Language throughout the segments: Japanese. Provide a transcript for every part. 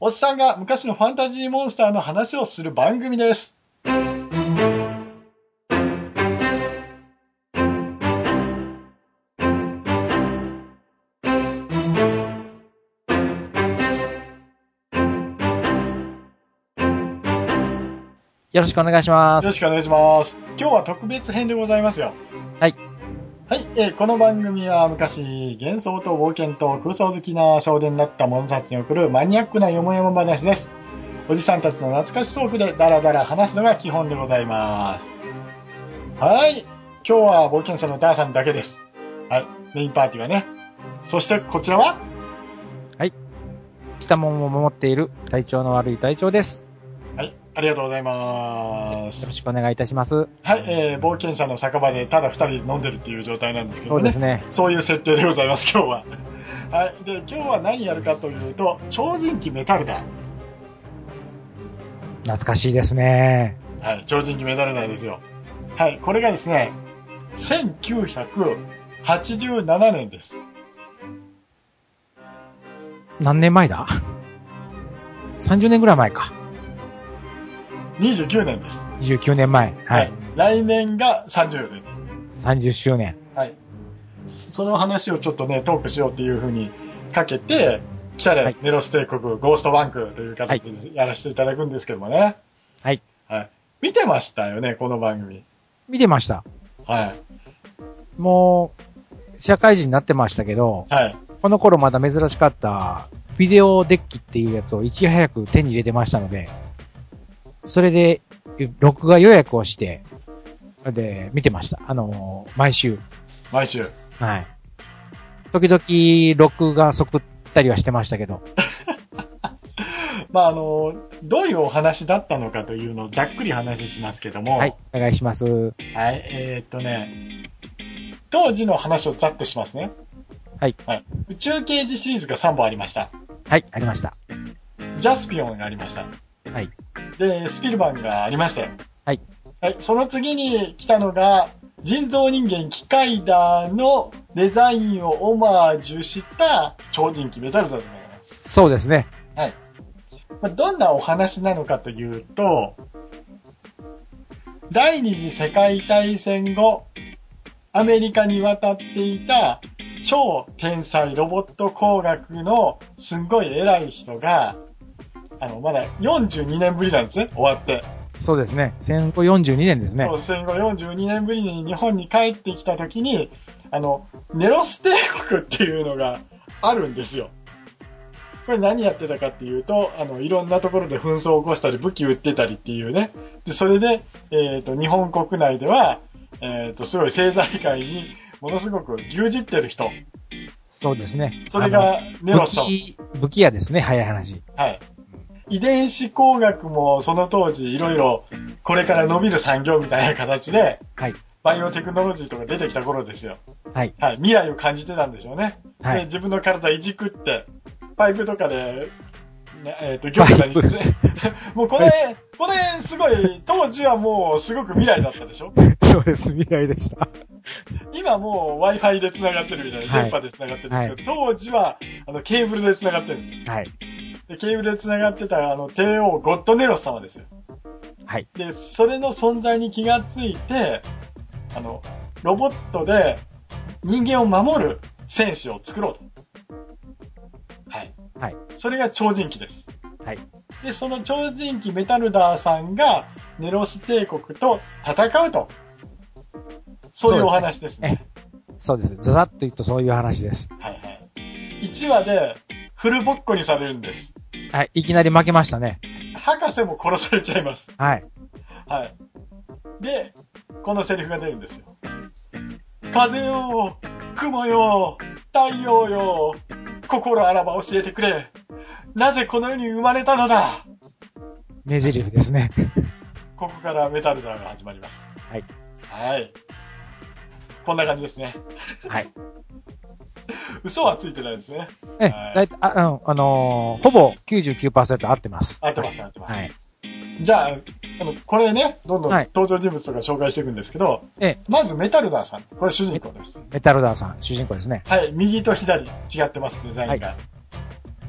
おっさんが昔のファンタジーモンスターの話をする番組です。よろしくお願いしまよろしす。くお願いします。今日は特別編でございますよ。はい。はい、えーこの番組は昔、幻想と冒険と空想好きな少年だった者たちに送るマニアックなよもやも話です。おじさんたちの懐かしトークでダラダラ話すのが基本でございます。はい、今日は冒険者のダーさんだけです。はい、メインパーティーはね。そしてこちらは北門を守っている体調の悪い隊長です。はい、ありがとうございまよろす。しくお願いいたします。はい、えー冒険者の酒場でただ二人飲んでるっていう状態なんですけどね。そうですね。そういう設定でございます、今日は。 はい。で、今日は何やるかというと、超人気メタルダ。懐かしいですね。はい。超人気メタルダですよ。はい。これがですね、1987年です。何年前だ ?30 年ぐらい前か。 29年です。 29年前。はい。。来年が30年。 30周年。はい。その話をちょっとね、トークしようっていうふうにかけて、来たはらいネロス帝国ゴーストバンクという形でやらせていただくんですけどもね。はい。はい。見てましたよね、この番組。見てました。はい。もう、社会人になってましたけど、はい。この頃まだ珍しかった、ビデオデッキっていうやつをいち早く手に入れてましたので、それで、録画予約をして、で、見てました。あの、毎週。毎週。はい。時々、録画即ったりはしてましたけど。まあ、あの、どういうお話だったのかというのをざっくり話しますけども、はい。お願いします。はい。えーっとね、当時の話をざっとしますね。はい。はい。宇宙刑事シリーズが3本ありました。はい、ありました。ジャスピオンがありました。はい。で、スピルバンがありましたよ。はい。はい。その次に来たのが、人造人間キカイダーのデザインをオマージュした超人気メタルだと思います。そうですね。まあどんなお話なのかというと、第二次世界大戦後、アメリカに渡っていた超天才ロボット工学のすんごい偉い人が、あの、まだ42年ぶりなんですね、終わって。そうですね。戦後42年ですねそ。う、戦後42年ぶりに日本に帰ってきた時に、あの、ネロス帝国っていうのがあるんですよ。これ何やってたかっていうと、あの、いろんなところで紛争を起こしたり、武器売ってたりっていうね。で、それで、えっ、と、日本国内では、えっ、と、すごい政財界にものすごく牛耳ってる人。そうですね。それがあネの、ロ武スと。器、武器屋ですね、早い話。はい。遺伝子工学もその当時いろいろこれから伸びる産業みたいな形で、はい。バイオテクノロジーとか出てきた頃ですよ。はい。はい、未来を感じてたんでしょうね。はでい。 自分の体いじくって、パイプとかで、ねえっ、と、業者にパイプつ もうこれ、これすごい、当時はもうすごく未来だったでしょそうです、未来でした。今もう Wi-Fi で繋がってるみたいな、はい電波で繋がってるんですけど、当時はあのケーブルで繋がってるんですよ。はい。で、ケーブルで繋がってたあの帝王ゴッドネロス様ですよ。はい。で、それの存在に気がついて、あの、ロボットで人間を守る戦士を作ろうと。はい。はい。それが超人機です。はい。で、その超人機メタルダーさんがネロス帝国と戦うと。そういうお話ですね。そうです。ザザッと言うとそういう話です。はいはい。1話でフルボッコにされるんです。はい。いきなり負けましたね。博士も殺されちゃいます。はい。はい。で、このセリフが出るんですよ。風よ、雲よ、太陽よ、心あらば教えてくれ。なぜこの世に生まれたのだ名台詞ですね。ここからメタルダーが始まります。はい。はい。こんな感じですね。はい。嘘はついてないですね。え、はいだいたい、ああの、あのーほぼ99%合ってます。合ってます、合ってます。はい。じゃあ、あの、これね、どんどんはい登場人物とか紹介していくんですけど、ええまずメタルダーさん。これ主人公です。メタルダーさん、主人公ですね。はい、右と左、違ってます、デザインが。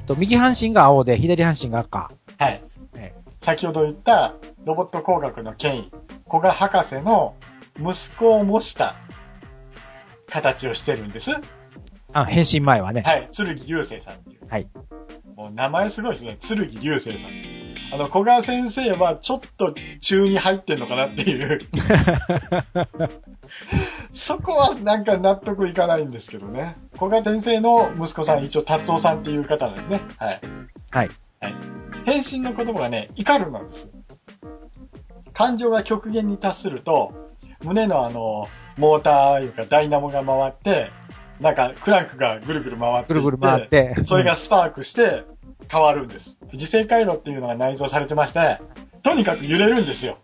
と、右半身が青で、左半身が赤。はいえ。先ほど言ったロボット工学の権威、古賀博士の息子を模した形をしてるんです。はあ、変身前はね。い。剣流星さんっていう。はい。もう名前すごいですね。剣流星さん。あの、古賀先生はちょっと中に入ってんのかなって いう。そこはなんか納得いかないんですけどね。古賀先生の息子さん、一応達夫さんっていう方なんでね。はい。はい。はい。変身の言葉がね、怒るなんですよ。感情が極限に達すると、胸のあの、モーターいうかダイナモが回って、なんかクランクがぐるぐる回っていって、ぐるぐる回って。それがスパークして変わるんです。磁性回路っていうのが内蔵されてまして、とにかく揺れるんですよ。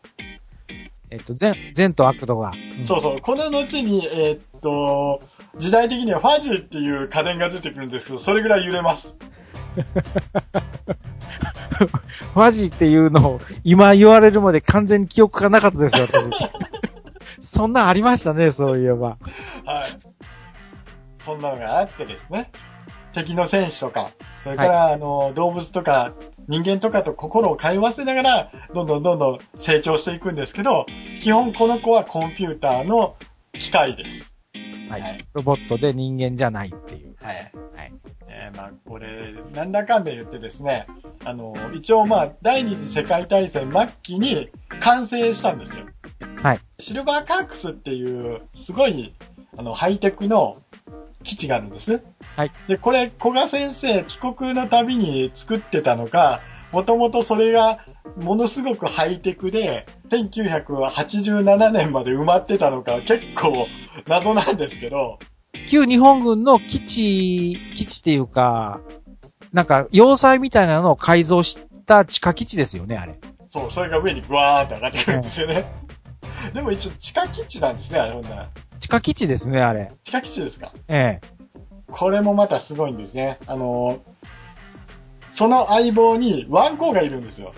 えっと、善、善と悪とが。うんそうそう。この後に、えーっと、時代的にはファジーっていう家電が出てくるんですけど、それぐらい揺れます。マジっていうのを、今言われるまで完全に記憶がなかったですよ、私 そんなんありましたね、そういえば。はい。そんなのがあってですね。敵の戦士とか、それから、あの、動物とか、人間とかと心を通わせながら、どんどんどんどん成長していくんですけど、基本この子はコンピューターの機械です。ははいい。ロボットで人間じゃないっていう。はい。はい。えーまあ、これ、なんだかんだ言ってですね、あの、一応まあ、第二次世界大戦末期に完成したんですよ。はい。シルバーカークスっていう、すごい、あの、ハイテクの基地があるんです。はい。で、これ、古賀先生、帰国のたびに作ってたのか、もともとそれが、ものすごくハイテクで、1987年まで埋まってたのか、結構謎なんですけど、旧日本軍の基地、基地っていうか、なんか、要塞みたいなのを改造した地下基地ですよね、あれ。そう、それが上にグワーって上がってくるんですよね。でも一応地下基地なんですね、あれほんなら。地下基地ですね、あれ。地下基地ですか。ええ。これもまたすごいんですね。あのーその相棒にワンコがいるんですよ。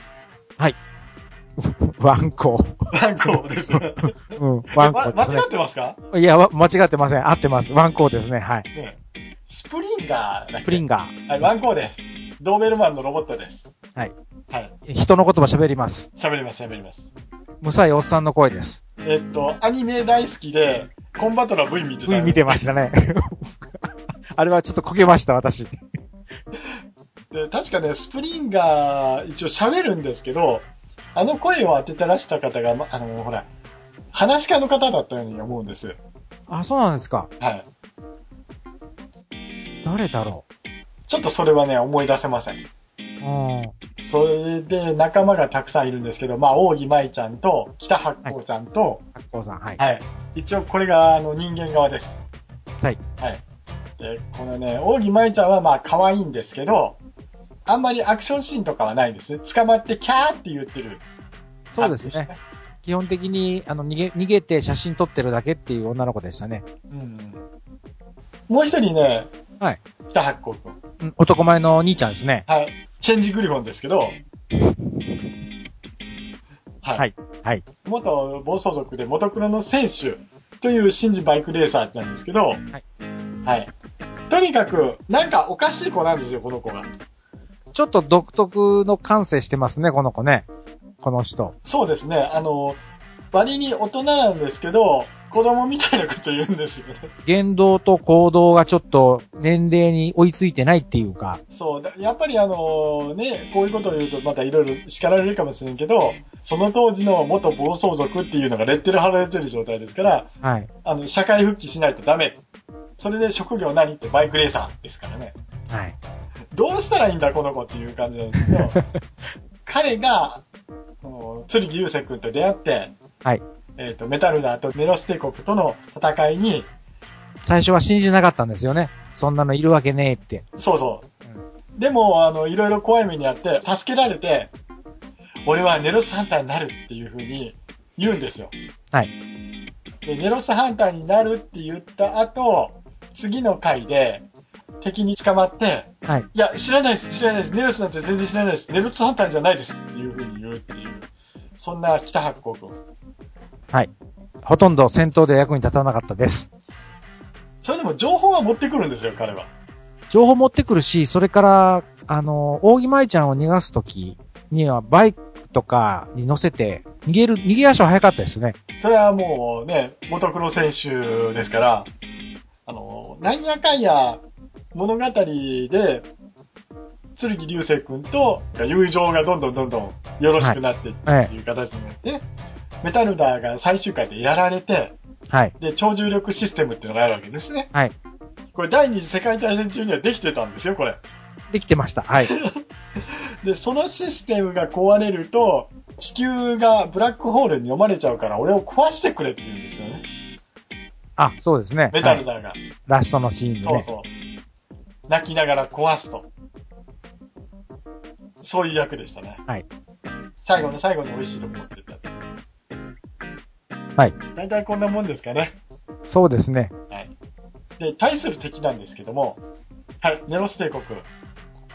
ワンコ。ワンコ です。うん、ワンえコまです間ね違。ってますかいや、わ間違ってません。合ってます。ワンコですね、はい。ねスプリンガーだっけスプリンガー。はい、ワンコです。ドーベルマンのロボットです。はい。はい。人の言葉喋ります。喋ります、喋ります。むさいおっさんの声です。えっと、アニメ大好きで、コンバトラ V 見てた。 V 見てましたね。 あれはちょっとこけました、私。で、確かね、スプリンガー、一応喋るんですけど、あの声を当てたらした方が、まあの、ほら、話し家の方だったように思うんです。あ、そうなんですか。はい。誰だろちょっとそれはね、思い出せません。う。うん。それで仲間がたくさんいるんですけど、まあ、大木舞ちゃんと、北八甲ちゃんと、発行さん、はい。はい。一応これが、あの、人間側です。はい。はい。で、このね、大木舞ちゃんはまあ、可愛いんですけど、あんまりアクションシーンとかはないんです。捕まってキャーって言ってる。そうですね。。基本的に、あの、逃げ、逃げて写真撮ってるだけっていう女の子でしたね。うんもう一人ね、はい北八甲君。うん男前のお兄ちゃんですね。はい。チェンジグリフォンですけど、はい。はいはい。元暴走族で元黒の選手という新次バイクレーサーなんですけど、はいはい。とにかく、なんかおかしい子なんですよ、この子が。ちょっと独特の感性してますね、この子ね。この人。そうですね、あの、割に大人なんですけど、子供みたいなこと言うんですよね。言動と行動がちょっと年齢に追いついてないっていうか。そう、だやっぱりあのね、こういうことを言うとまたいろいろ叱られるかもしれんけど、その当時の元暴走族っていうのがレッテル貼られてる状態ですから、はい。あの、社会復帰しないとダメ。それで職業何ってバイクレーサーですからね。はい。どうしたらいいんだこの子っていう感じなんですけど、彼が、あの鶴木雄星君と出会って、はい。えっ、と、メタルナーとネロス帝国との戦いに、最初は信じなかったんですよね。そんなのいるわけねえって。そうそう。でも、あの、いろいろ怖い目にあって、助けられて、俺はネロスハンターになるっていうふうに言うんですよ。はい。で、ネロスハンターになるって言った後、次の回で、敵に捕まって、はい。いや、知らないです、知らないです。ネロスなんて全然知らないです。ネロスハンターじゃないですっていうふうに言うっていう。そんな北八甲君。はい。ほとんど戦闘で役に立たなかったです。それでも情報は持ってくるんですよ、彼は。情報持ってくるし、それから、あの、大木舞ちゃんを逃がすときには、バイクとかに乗せて、逃げる、逃げ足は早かったですね。それはもうね、モトクロ選手ですから、あの、なんやかんや物語で、鶴木流星君と友情がどんどんどんどんよろしくなってってはい。いう形になって、メタルダーが最終回でやられて、はい。で、超重力システムっていうのがあるわけですね。はい。これ第二次世界大戦中にはできてたんですよ、これ。できてました。はい。で、そのシステムが壊れると、地球がブラックホールに読まれちゃうから、俺を壊してくれって言うんですよね。あ、そうですね。メタルはダーいが。ラストのシーンでね。そうそう。泣きながら壊すと。そういう役でしたね。はい。最後の最後に美味しいとこ持ってった。はい。大体こんなもんですかね。そうですね。で、対する敵なんですけども、はい、ネロス帝国。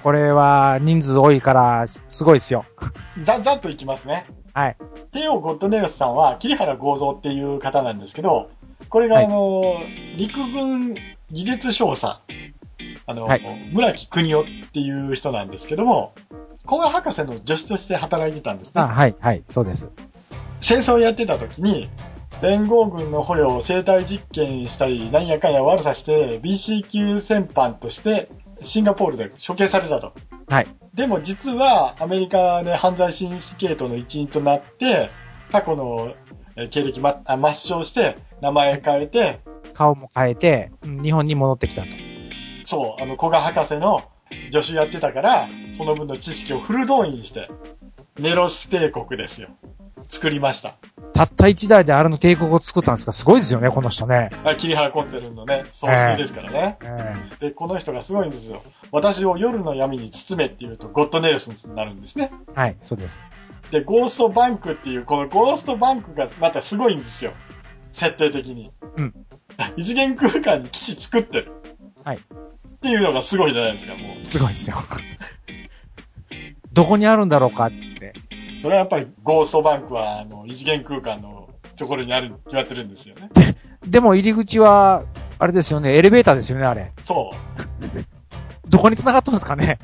これは人数多いから、すごいですよ。ざ、ざっといきますね。はい。テオ・ゴッドネロスさんは、桐原剛蔵っていう方なんですけど、これが、はいあの、陸軍技術少佐、あの、はい村木邦夫っていう人なんですけども、工学博士の助手として働いてたんですねあ、。はい、はい、そうです。戦争をやってた時に、連合軍の捕虜を生体実験したり、なんやかんや悪さして、BC 級戦犯として、シンガポールで処刑されたと。はい。でも実は、アメリカで犯罪シンシケートの一員となって、過去のえー経歴、ま、あ抹消して、名前変えて、顔も変えて、うん日本に戻ってきたと。そう、あの、古賀博士の助手やってたから、その分の知識をフル動員して、ネロス帝国ですよ。作りました。たった一代であれの帝国を作ったんですかすごいですよね、この人ね。あ桐原コンツェルンのね、総帥ですからね。えーで、この人がすごいんですよ。私を夜の闇に包めっていうと、ゴッドネルソンになるんですね。はい、そうです。で、ゴーストバンクっていう、このゴーストバンクがまたすごいんですよ。設定的に。うん。 異次元空間に基地作ってる。はいっていうのがすごいじゃないですか、もすごいですよ。どこにあるんだろうかって言って。う。それはやっぱりゴーストバンクは、あの、異次元空間のところにあるに決まってるんですよね。でも入り口は、あれですよね、エレベーターですよね、あれ。そう。どこに繋がったんですかね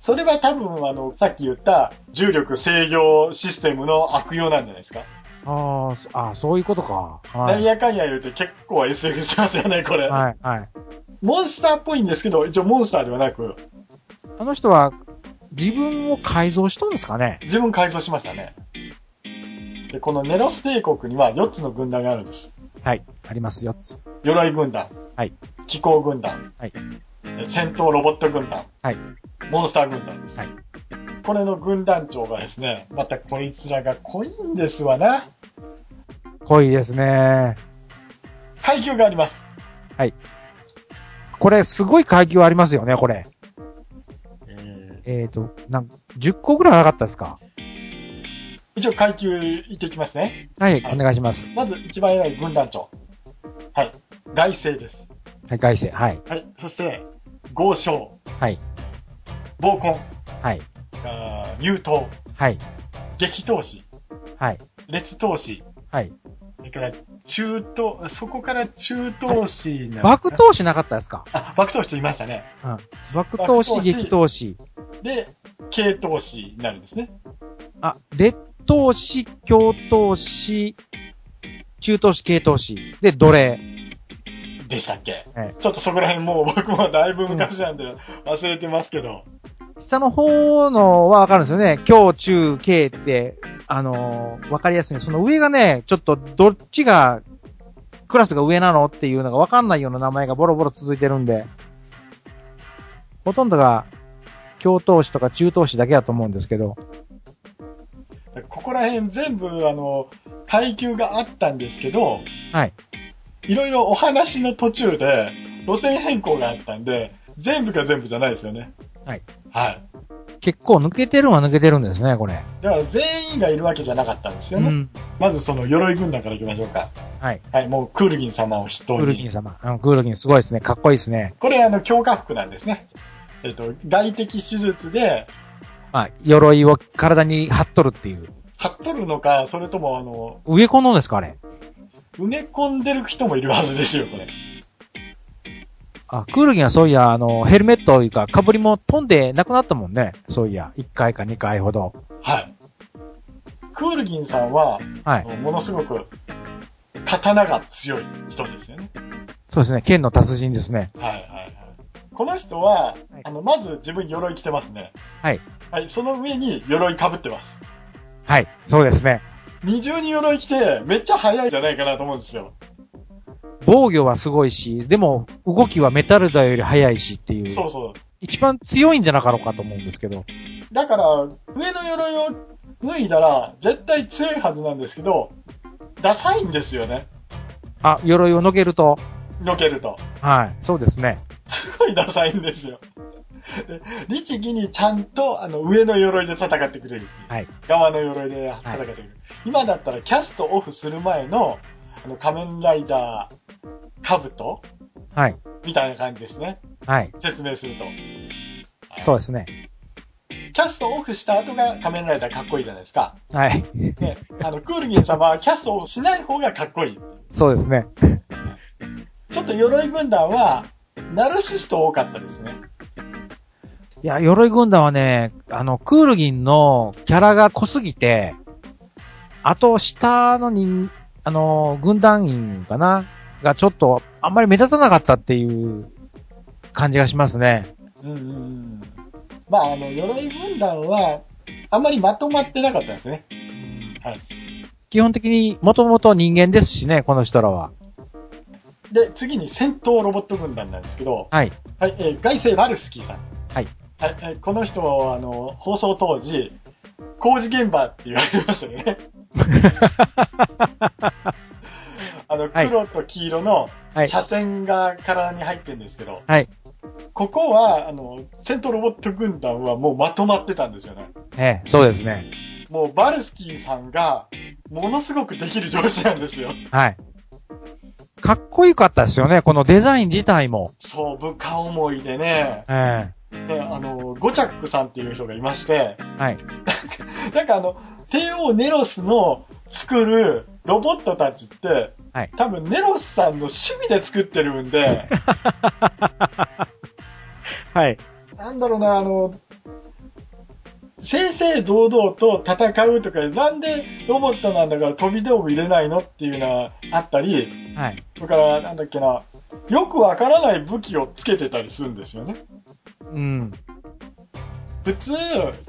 それは多分、あの、さっき言った重力制御システムの悪用なんじゃないですか。 あーそあー、そういうことか。なはんい。やかんや言うて結構 SF してますよね、これ。はい、はい。モンスターっぽいんですけど、一応モンスターではなく、あの人は、自分を改造したんですかね自分改造しましたね。で、このネロス帝国には4つの軍団があるんです。はい。あります、4つ。鎧軍団。はい気候軍団。はいえ戦闘ロボット軍団。はいモンスター軍団です。はいこれの軍団長がですね、またこいつらが濃いんですわな。濃いですね。階級があります。これ、すごい階級ありますよね、これ。えーえっ、と、なんか、10個ぐらいなかったですか一応階級いっていきますね。はい、はいお願いします。まず一番偉い軍団長。はい。外星です。はい、外星。はい。はい。そして、豪商、はい。暴婚。はい。あー入党、はい。激投資、はい。列投資、はい。それから中投、そこから中投資な爆投資なかったですかあ、爆投資と言いましたね。うん。爆投資、爆投資激投資。で、軽投資になるんですね。あ、劣投資、強投資、中投資、軽投資。で、奴隷。でしたっけ、はいちょっとそこら辺も う僕もだいぶ昔なんで忘れてますけど、下の方のはわかるんですよね。強、中、軽って、あのーわかりやすい。その上がね、ちょっとどっちが、クラスが上なのっていうのがわかんないような名前がボロボロ続いてるんで、ほとんどが、強投資とか中投資だけだと思うんですけど、ここら辺全部あの、階級があったんですけど、はい。いろいろお話の途中で路線変更があったんで、全部が全部じゃないですよね。はい。はい。結構抜けてるのは抜けてるんですね、これ。だから全員がいるわけじゃなかったんですうよね。ん。まずその鎧軍団から行きましょうか。はい。はい、もうクールギン様を筆ク頭ールギにン。様。あのクールギンすごいですね。かっこいいですね。これあの、強化服なんですね。えっ、と、外敵手術で、まあ、鎧を体に貼っとるっていう。貼っとるのか、それともあの、植え込んだんですか、あれ。埋め込んでる人もいるはずですよ、これ。あ、クールギンはそういや、あの、ヘルメットというか、被りも飛んでなくなったもんね。そういや、1回か2回ほど。はい。クールギンさんは、はあい。のものすごく、刀が強い人ですよね。そうですね、剣の達人ですね。はいはいはい。この人は、はいあの、まず自分鎧着てますね。はい。はい、その上に鎧被ってます。はい、そうですね。二重に鎧着て、めっちゃ速いんじゃないかなと思うんですよ。防御はすごいし、でも、動きはメタルダより速いしっていう。そうそう。一番強いんじゃなかろうかと思うんですけど。だから、上の鎧を脱いだら、絶対強いはずなんですけど、ダサいんですよね。あ、鎧をのけると。のけると。はい、そうですね。すごいダサいんですよ。で律儀にちゃんと、あの、上の鎧で戦ってくれる。はい。側の鎧で戦ってくれる。今だったらキャストオフする前の、あの、仮面ライダー、カブトはい、みたいな感じですね。はい、説明すると。そうですね。キャストオフした後が仮面ライダーかっこいいじゃないですか。はい、ね。あの、クールギン様はキャストオフしない方がかっこいい。そうですね。ちょっと鎧軍団は、ナルシスト多かったですね。いや、鎧軍団はね、あの、クールギンのキャラが濃すぎて、あと、下の人、あの、軍団員かながちょっと、あんまり目立たなかったっていう感じがしますね。うんうんうん。まあ、あの、鎧分断は、あんまりまとまってなかったですね。はい。基本的に、もともと人間ですしね、この人らは。で、次に戦闘ロボット軍団なんですけど、はい。はい、えー、外星バルスキーさん。はい。はい、えーこの人は、あの、放送当時、工事現場って言われてましたよね。あの、はい黒と黄色のはい。車線が体に入ってるんですけど、はい。ここは、あの、戦闘ロボット軍団はもうまとまってたんですよね。ええ、そうですね。もうバルスキーさんが、ものすごくできる上司なんですよ。はい。かっこよかったですよね、このデザイン自体も。そう、部下思いでね、えね、あの、ゴチャックさんっていう人がいまして、え。はい。なんかあの、帝王ネロスの作るロボットたちって、はい多分ネロスさんの趣味で作ってるんで、 はい。なんだろうな、あの、正々堂々と戦うとか、なんでロボットなんだから飛び道具入れないのっていうのはあったり、はい。だから、なんだっけな、よくわからない武器をつけてたりするんですよね。うん。普通、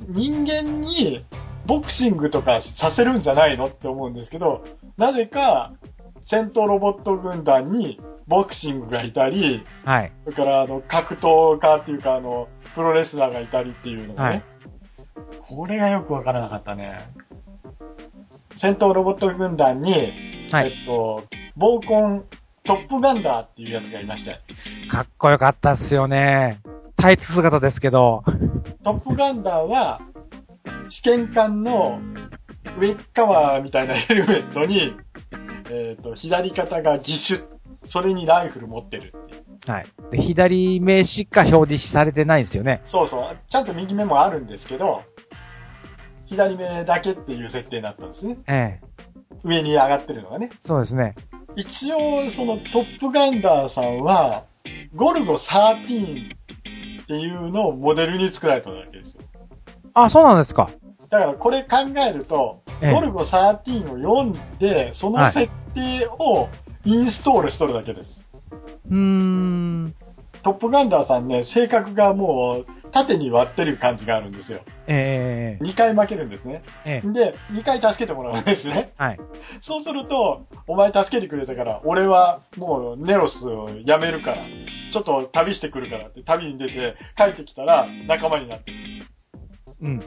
人間にボクシングとかさせるんじゃないのって思うんですけど、なぜか、戦闘ロボット軍団にボクシングがいたり、はい。それから、あの、格闘家っていうか、あの、プロレスラーがいたりっていうのがね。これがよくわからなかったね。戦闘ロボット軍団に、はいえっと、暴婚トップガンダーっていうやつがいまして、かっこよかったっすよね。タイツ姿ですけど。トップガンダーは、試験官の上っ側みたいなヘルメットに、えっ、と、左肩が義手、それにライフル持ってるっていう。はい。で、左目しか表示されてないんですよね。そうそう、ちゃんと右目もあるんですけど、左目だけっていう設定になったんですね。ええ。上に上がってるのがね。そうですね。一応、そのトップガンダーさんは、ゴルゴ13っていうのをモデルに作られたわけですよ。あ、そうなんですか。だからこれ考えると、ええゴルゴ13を読んで、その設定をインストールしとるだけです。うーん。トップガンダーさんね、性格がもう縦に割ってる感じがあるんですよ。ええ2回負けるんですね。ええで、2回助けてもらうんですね。 はい。そうすると、お前助けてくれたから、俺はもうネロスを辞めるから、ちょっと旅してくるからって旅に出て帰ってきたら仲間になってる。うん。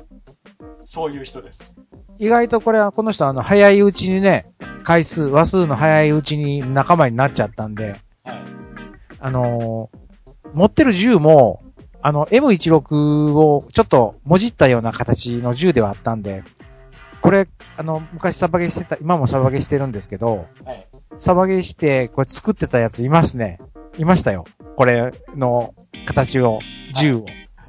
そういう人です。意外とこれは、この人あの、早いうちにね、回数、話数の早いうちに仲間になっちゃったんで、はい。あのー持ってる銃も、あの、M16 をちょっともじったような形の銃ではあったんで、これ、あの、昔サバゲーしてた、今もサバゲーしてるんですけど、はい。サバゲーして、これ作ってたやついますね。いましたよ。これの形を、銃を。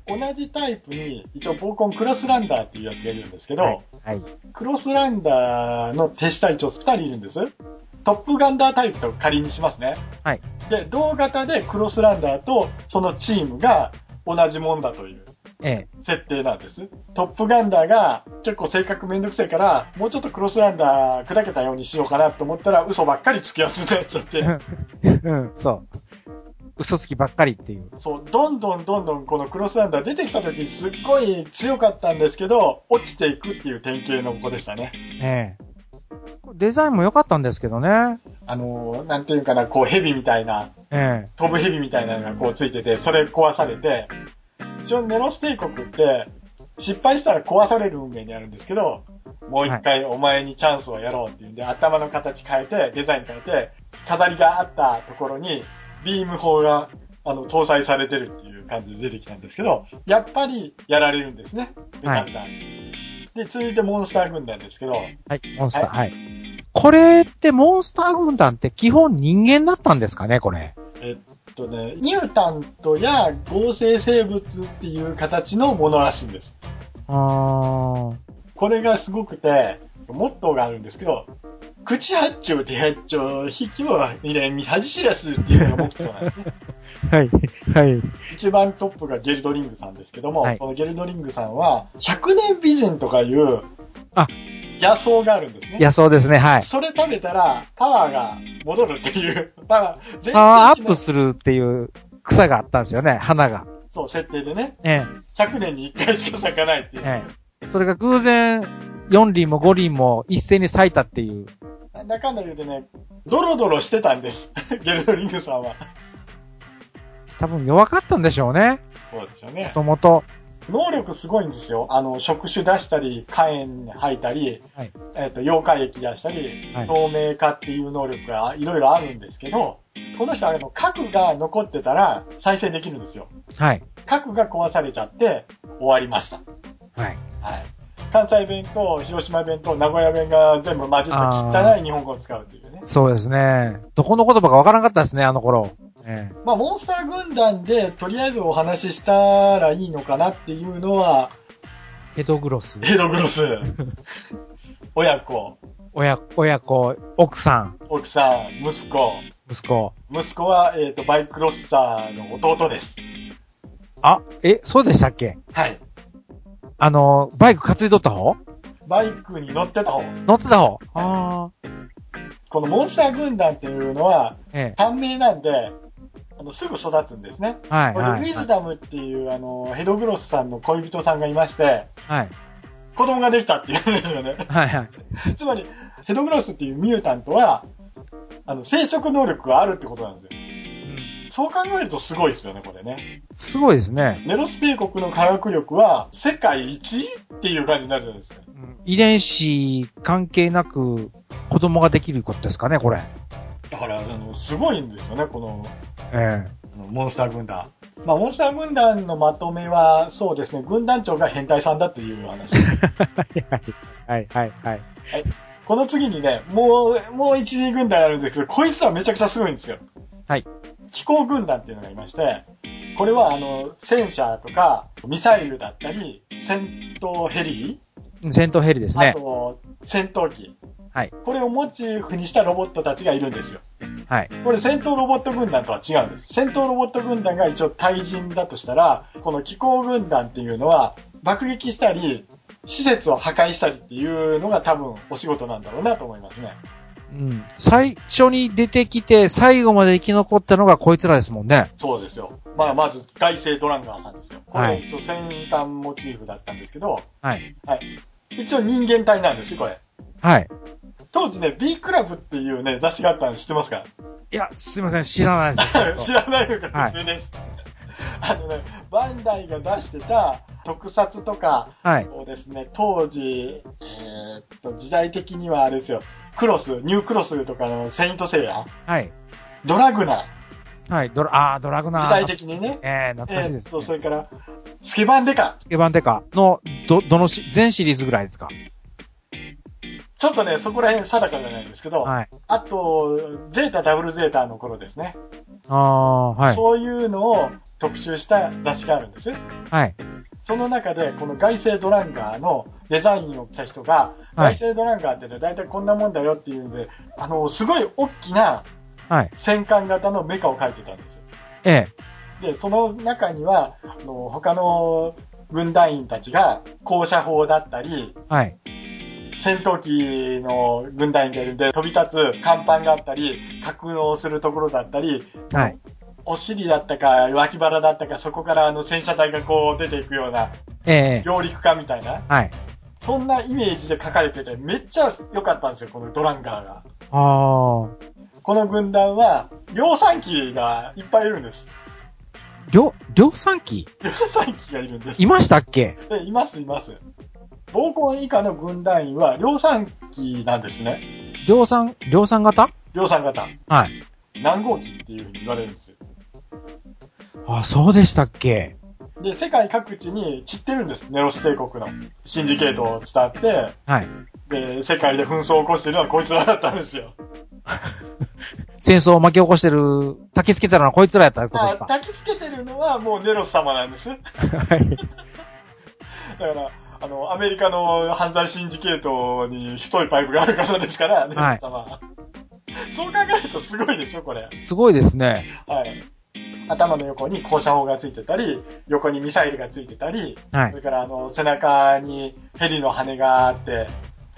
同じタイプに、一応、暴行クロスランダーっていうやつがいるんですけど、はい。はい。クロスランダーの手下一応2人いるんです。トップガンダータイプと仮にしますね。はい。で、同型でクロスランダーとそのチームが同じもんだというえ設定なんです。トップガンダーが結構性格めんどくせえから、もうちょっとクロスランダー砕けたようにしようかなと思ったら嘘ばっかりつきやすくなっちゃって。え。 うん、そう。嘘つきばっかりっていう。そう、どんどんどんどんこのクロスランダー出てきた時すっごい強かったんですけど、落ちていくっていう典型の子でしたね。ええ。デザインも良かったんですけどね。あのーなんていうかな、こう蛇みたいな、え飛ぶ蛇みたいなのがこうついてて、それ壊されて、一応ネロス帝国って、失敗したら壊される運命にあるんですけど、もう一回お前にチャンスをやろうっていうんで、頭の形変えて、デザイン変えて、飾りがあったところに、ビーム砲が、あの、搭載されてるっていう感じで出てきたんですけど、やっぱりやられるんですね。メタルが。で、続いてモンスター軍団ですけど、え。はい、モンスター、はい。これってモンスター軍団って基本人間だったんですかね、これ。えっとね、ニュータントや合成生物っていう形のものらしいんです。あー。これがすごくて、モットーがあるんですけど、口八丁手八丁、引きは入れ、見恥知らすっていうのがモットーなん ですね。はい、はい。一番トップがゲルドリングさんですけども、はいこのゲルドリングさんは、100年美人とかいう、あ野草があるんですね。野草ですね、はい。それ食べたら、パワーが戻るっていう、 パワー、全パワーアッのプするっていう草があったんですよね、花が。そう、設定でね、え100年に1回しか咲かないっていえ、う。ええ。それが偶然、4輪も5輪も一斉に咲いたっていう。なんだかんだ言うてね、ドロドロしてたんです。 ゲルドリングさんは。多分弱かったんでしょうね。そうですよねも。ともと。能力すごいんですよ。あの、触手出したり、火炎吐いたり、はいえっ、と、妖怪液出したり、はい透明化っていう能力がいろいろあるんですけど、この人はあの、核が残ってたら再生できるんですよ。はい。核が壊されちゃって終わりました。はい。はい。関西弁と広島弁と名古屋弁が全部混じった汚い日本語を使うっていうね。そうですね。どこの言葉かわからなかったですね、あの頃。えまあ、モンスター軍団でとりあえずお話ししたらいいのかなっていうのは、え。ヘドグロス。ヘドグロス、親子、親、親子、奥さん、奥さん、息子。息子。息子は、えっ、と、バイクロッサーの弟です。あ、え、そうでしたっけはい。あの、バイク担い取った方バイクに乗ってた方。乗ってた方ああ。このモンスター軍団っていうのは、え短命なんで、あの、すぐ育つんですね。え。はい、これではウいィ。ズダムっていう、あの、ヘドグロスさんの恋人さんがいまして、はい。子供ができたっていうんですよね。 はい、はい。つまり、ヘドグロスっていうミュータントは、あの、生殖能力があるってことなんですよ。うんそう考えるとすごいですよね、これね。すごいですね。ネロス帝国の科学力は、世界一っていう感じになるじゃないですか。うん遺伝子関係なく子供ができることですかね、これ。だから、あの、すごいんですよね、この、 えあのモンスター軍団。まあ、モンスター軍団のまとめは、そうですね、軍団長が変態さんだっていう話。 え。はい、はい、はい。この次にね、もう、もう一次軍団あるんですけど、こいつらめちゃくちゃすごいんですよ。はい。飛行軍団っていうのがいまして、これは、あの、戦車とか、ミサイルだったり、戦闘ヘリ、戦闘ヘリですあね。と、戦闘機。はい。これをモチーフにしたロボットたちがいるんですよ。はい。これ戦闘ロボット軍団とは違うんです。戦闘ロボット軍団が一応対人だとしたら、この気候軍団っていうのは、爆撃したり、施設を破壊したりっていうのが多分お仕事なんだろうなと思いますね。うん。最初に出てきて、最後まで生き残ったのがこいつらですもんね。そうですよ。まあ、まず、外星ドランガーさんですよ。こはれい一応戦艦モチーフだったんですけど、はい。一応人間体なんですよ、これ。はい。当時ね、B クラブっていうね、雑誌があったの知ってますかいや、すいません、知らないです。知 らないのか、普通です。あのね、バンダイが出してた特撮とか、はいそうですね、当時、えーっと、時代的にはあれですよ、クロス、ニュークロスとかのセイントセイヤ、はい。ドラグナー、はい。ドラ、あードラグナー。時代的にね。えー、懐かしいえでーっす、と、そね。れから、スケバンデカ。スケバンデカの、ど、どのし、全シリーズぐらいですかちょっとね、そこら辺定かじゃないんですけど、はい。あと、ゼータ、ダブルゼータの頃ですね。ああはい。そういうのを特集した雑誌があるんです。はい。その中で、この外星ドランガーのデザインをした人が、はい大聖ドランカーってね、大体こんなもんだよっていうんで、あの、すごい大きなはい。戦艦型のメカを描いてたんですよ。ええ。で、その中には、あの、他の軍団員たちが、高射砲だったり、はい。戦闘機の軍団員がいるんで、飛び立つ甲板があったり、格納するところだったり、はい。お尻だったか、脇腹だったか、そこからあの戦車隊がこう出ていくような、ええ。揚陸艦みたいな、はい。そんなイメージで書かれてて、めっちゃ良かったんですよ、このドランガーが。ああ。この軍団は、量産機がいっぱいいるんです。量、量産機量産機がいるんです。いましたっけでいます、います。暴行以下の軍団員は量産機なんですね。量産、量産型量産型。はい。何号機っていうふうに言われるんです。あ、そうでしたっけで、世界各地に散ってるんです。ネロス帝国のシンジケートを伝って、はい。で、世界で紛争を起こしてるのはこいつらだったんですよ。戦争を巻き起こしてる、焚きつけたのはこいつらやったってことあですか焚きつけてるのはもうネロス様なんです。だ はい。から、あの、アメリカの犯罪シンジケートに太いパイプがあるからですから、ネロス様。そう考えるとすごいでしょ、これ。すごいですね。はい。頭の横に降車砲がついてたり、横にミサイルがついてたり、はそい。れからあの背中にヘリの羽があって、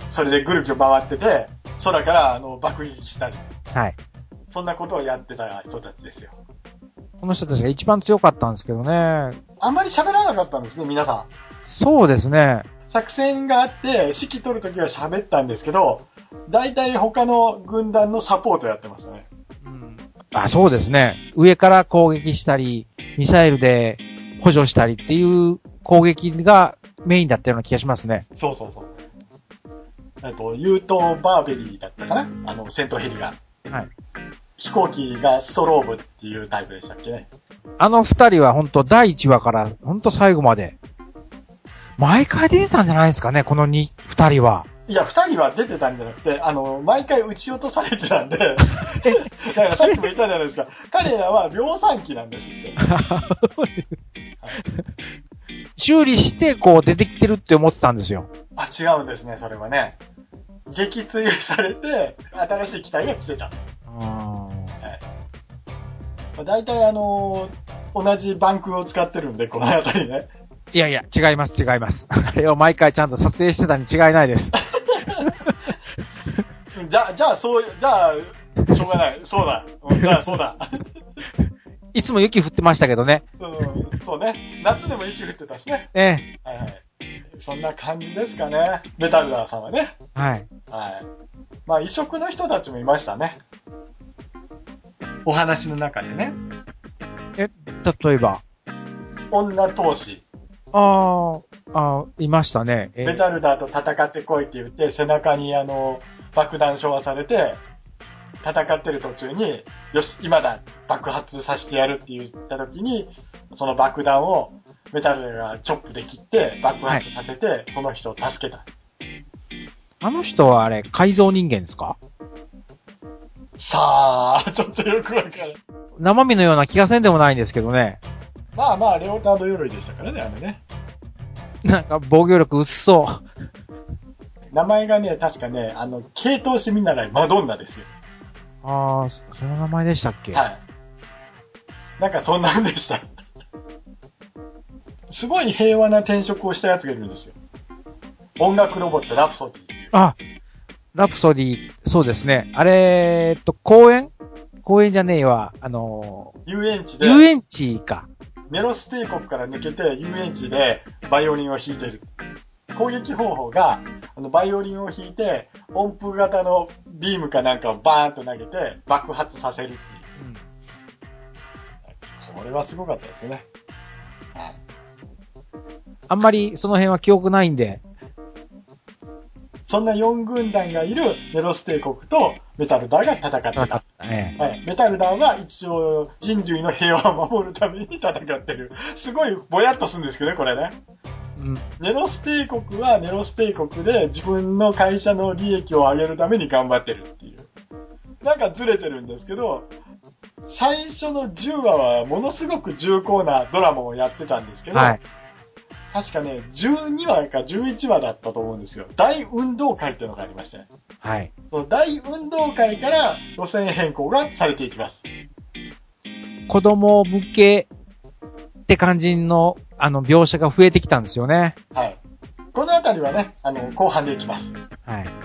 それでぐるぐる回ってて、空からあの爆撃したり、はい。そんなことをやってた人たちですよ。この人たちが一番強かったんですけどね。あんまり喋らなかったんですね、皆さん。そうですね。作戦があって、指揮取るときは喋ったんですけど、大体他の軍団のサポートやってましたね。うん。あ、そうですね。上から攻撃したり、ミサイルで補助したりっていう攻撃がメインだったような気がしますね。そうそうそう。えっと、ユートバーベリーだったかなあの、戦闘ヘリが。はい。飛行機がストローブっていうタイプでしたっけね。あの二人は本当第一話から本当最後まで、毎回出てたんじゃないですかね、この二、二人は。いや、二人は出てたんじゃなくて、あの、毎回撃ち落とされてたんで、 だからさっきも言ったじゃないですか、彼らは量産機なんですって。修理してこう出てきてるって思ってたんですよ。あ、違うんですね、それはね。撃墜されて、新しい機体が来てた。あまあ、大体あの、同じバンクを使ってるんで、この辺りね。いやいや、違います、違います。あれを毎回ちゃんと撮影してたに違いないです。じゃ、じゃあ、そう、じゃあ、しょうがない。そうだ。うんじゃあ、そうだ。 いつも雪降ってましたけどね。うん、そうね。夏でも雪降ってたしね。ね。はいはい。そんな感じですかね。メタルダーさんはね。はい。はい。まあ、異色の人たちもいましたね。お話の中でね。え、例えば、女闘士、あー、あーいましたね。えメタルダーと戦ってこいって言って、背中にあの、爆弾昭和されて、戦ってる途中に、よし、今だ、爆発させてやるって言った時に、その爆弾をメタルダーがチョップで切って爆発させて、その人を助けた。あの人はあれ、改造人間ですかさあ、ちょっとよくわからん。生身のような気がせんでもないんですけどね。 まあまあ、レオタード鎧でしたからね、あのね。なんか防御力薄そう。名前がね、確かね、あの、系統師見習いマドンナですよ。あー、そその名前でしたっけはい。なんかそんなんでした。すごい平和な転職をしたやつがいるんですよ。音楽ロボット、ラプソディっていう。あ、ラプソディ、そうですね。あれ、えっと、公園公園じゃねえわ。あの遊園地ー、で、遊園地か。ネロス帝国から抜けて遊園地でバイオリンを弾いてる。攻撃方法が、あの、バイオリンを弾いて、音符型のビームかなんかをバーンと投げて爆発させるっていう。うんこれはすごかったですね。はい。あんまりその辺は記憶ないんで。そんな4軍団がいるネロス帝国とメタルダーが戦ってた。えはい、メタルダーは一応人類の平和を守るために戦ってる。 すごいぼやっとするんですけどね、これね。えうん。ネロス帝国はネロス帝国で自分の会社の利益を上げるために頑張ってるっていう。なんかずれてるんですけど、最初の10話はものすごく重厚なドラマをやってたんですけど、はい。確かね、12話か11話だったと思うんですよ。大運動会っていうのがありましてね。はい。その大運動会から路線変更がされていきます。子供向けって感じの、あの、描写が増えてきたんですよね。はい。このあたりはね、あの、後半でいきます。はい。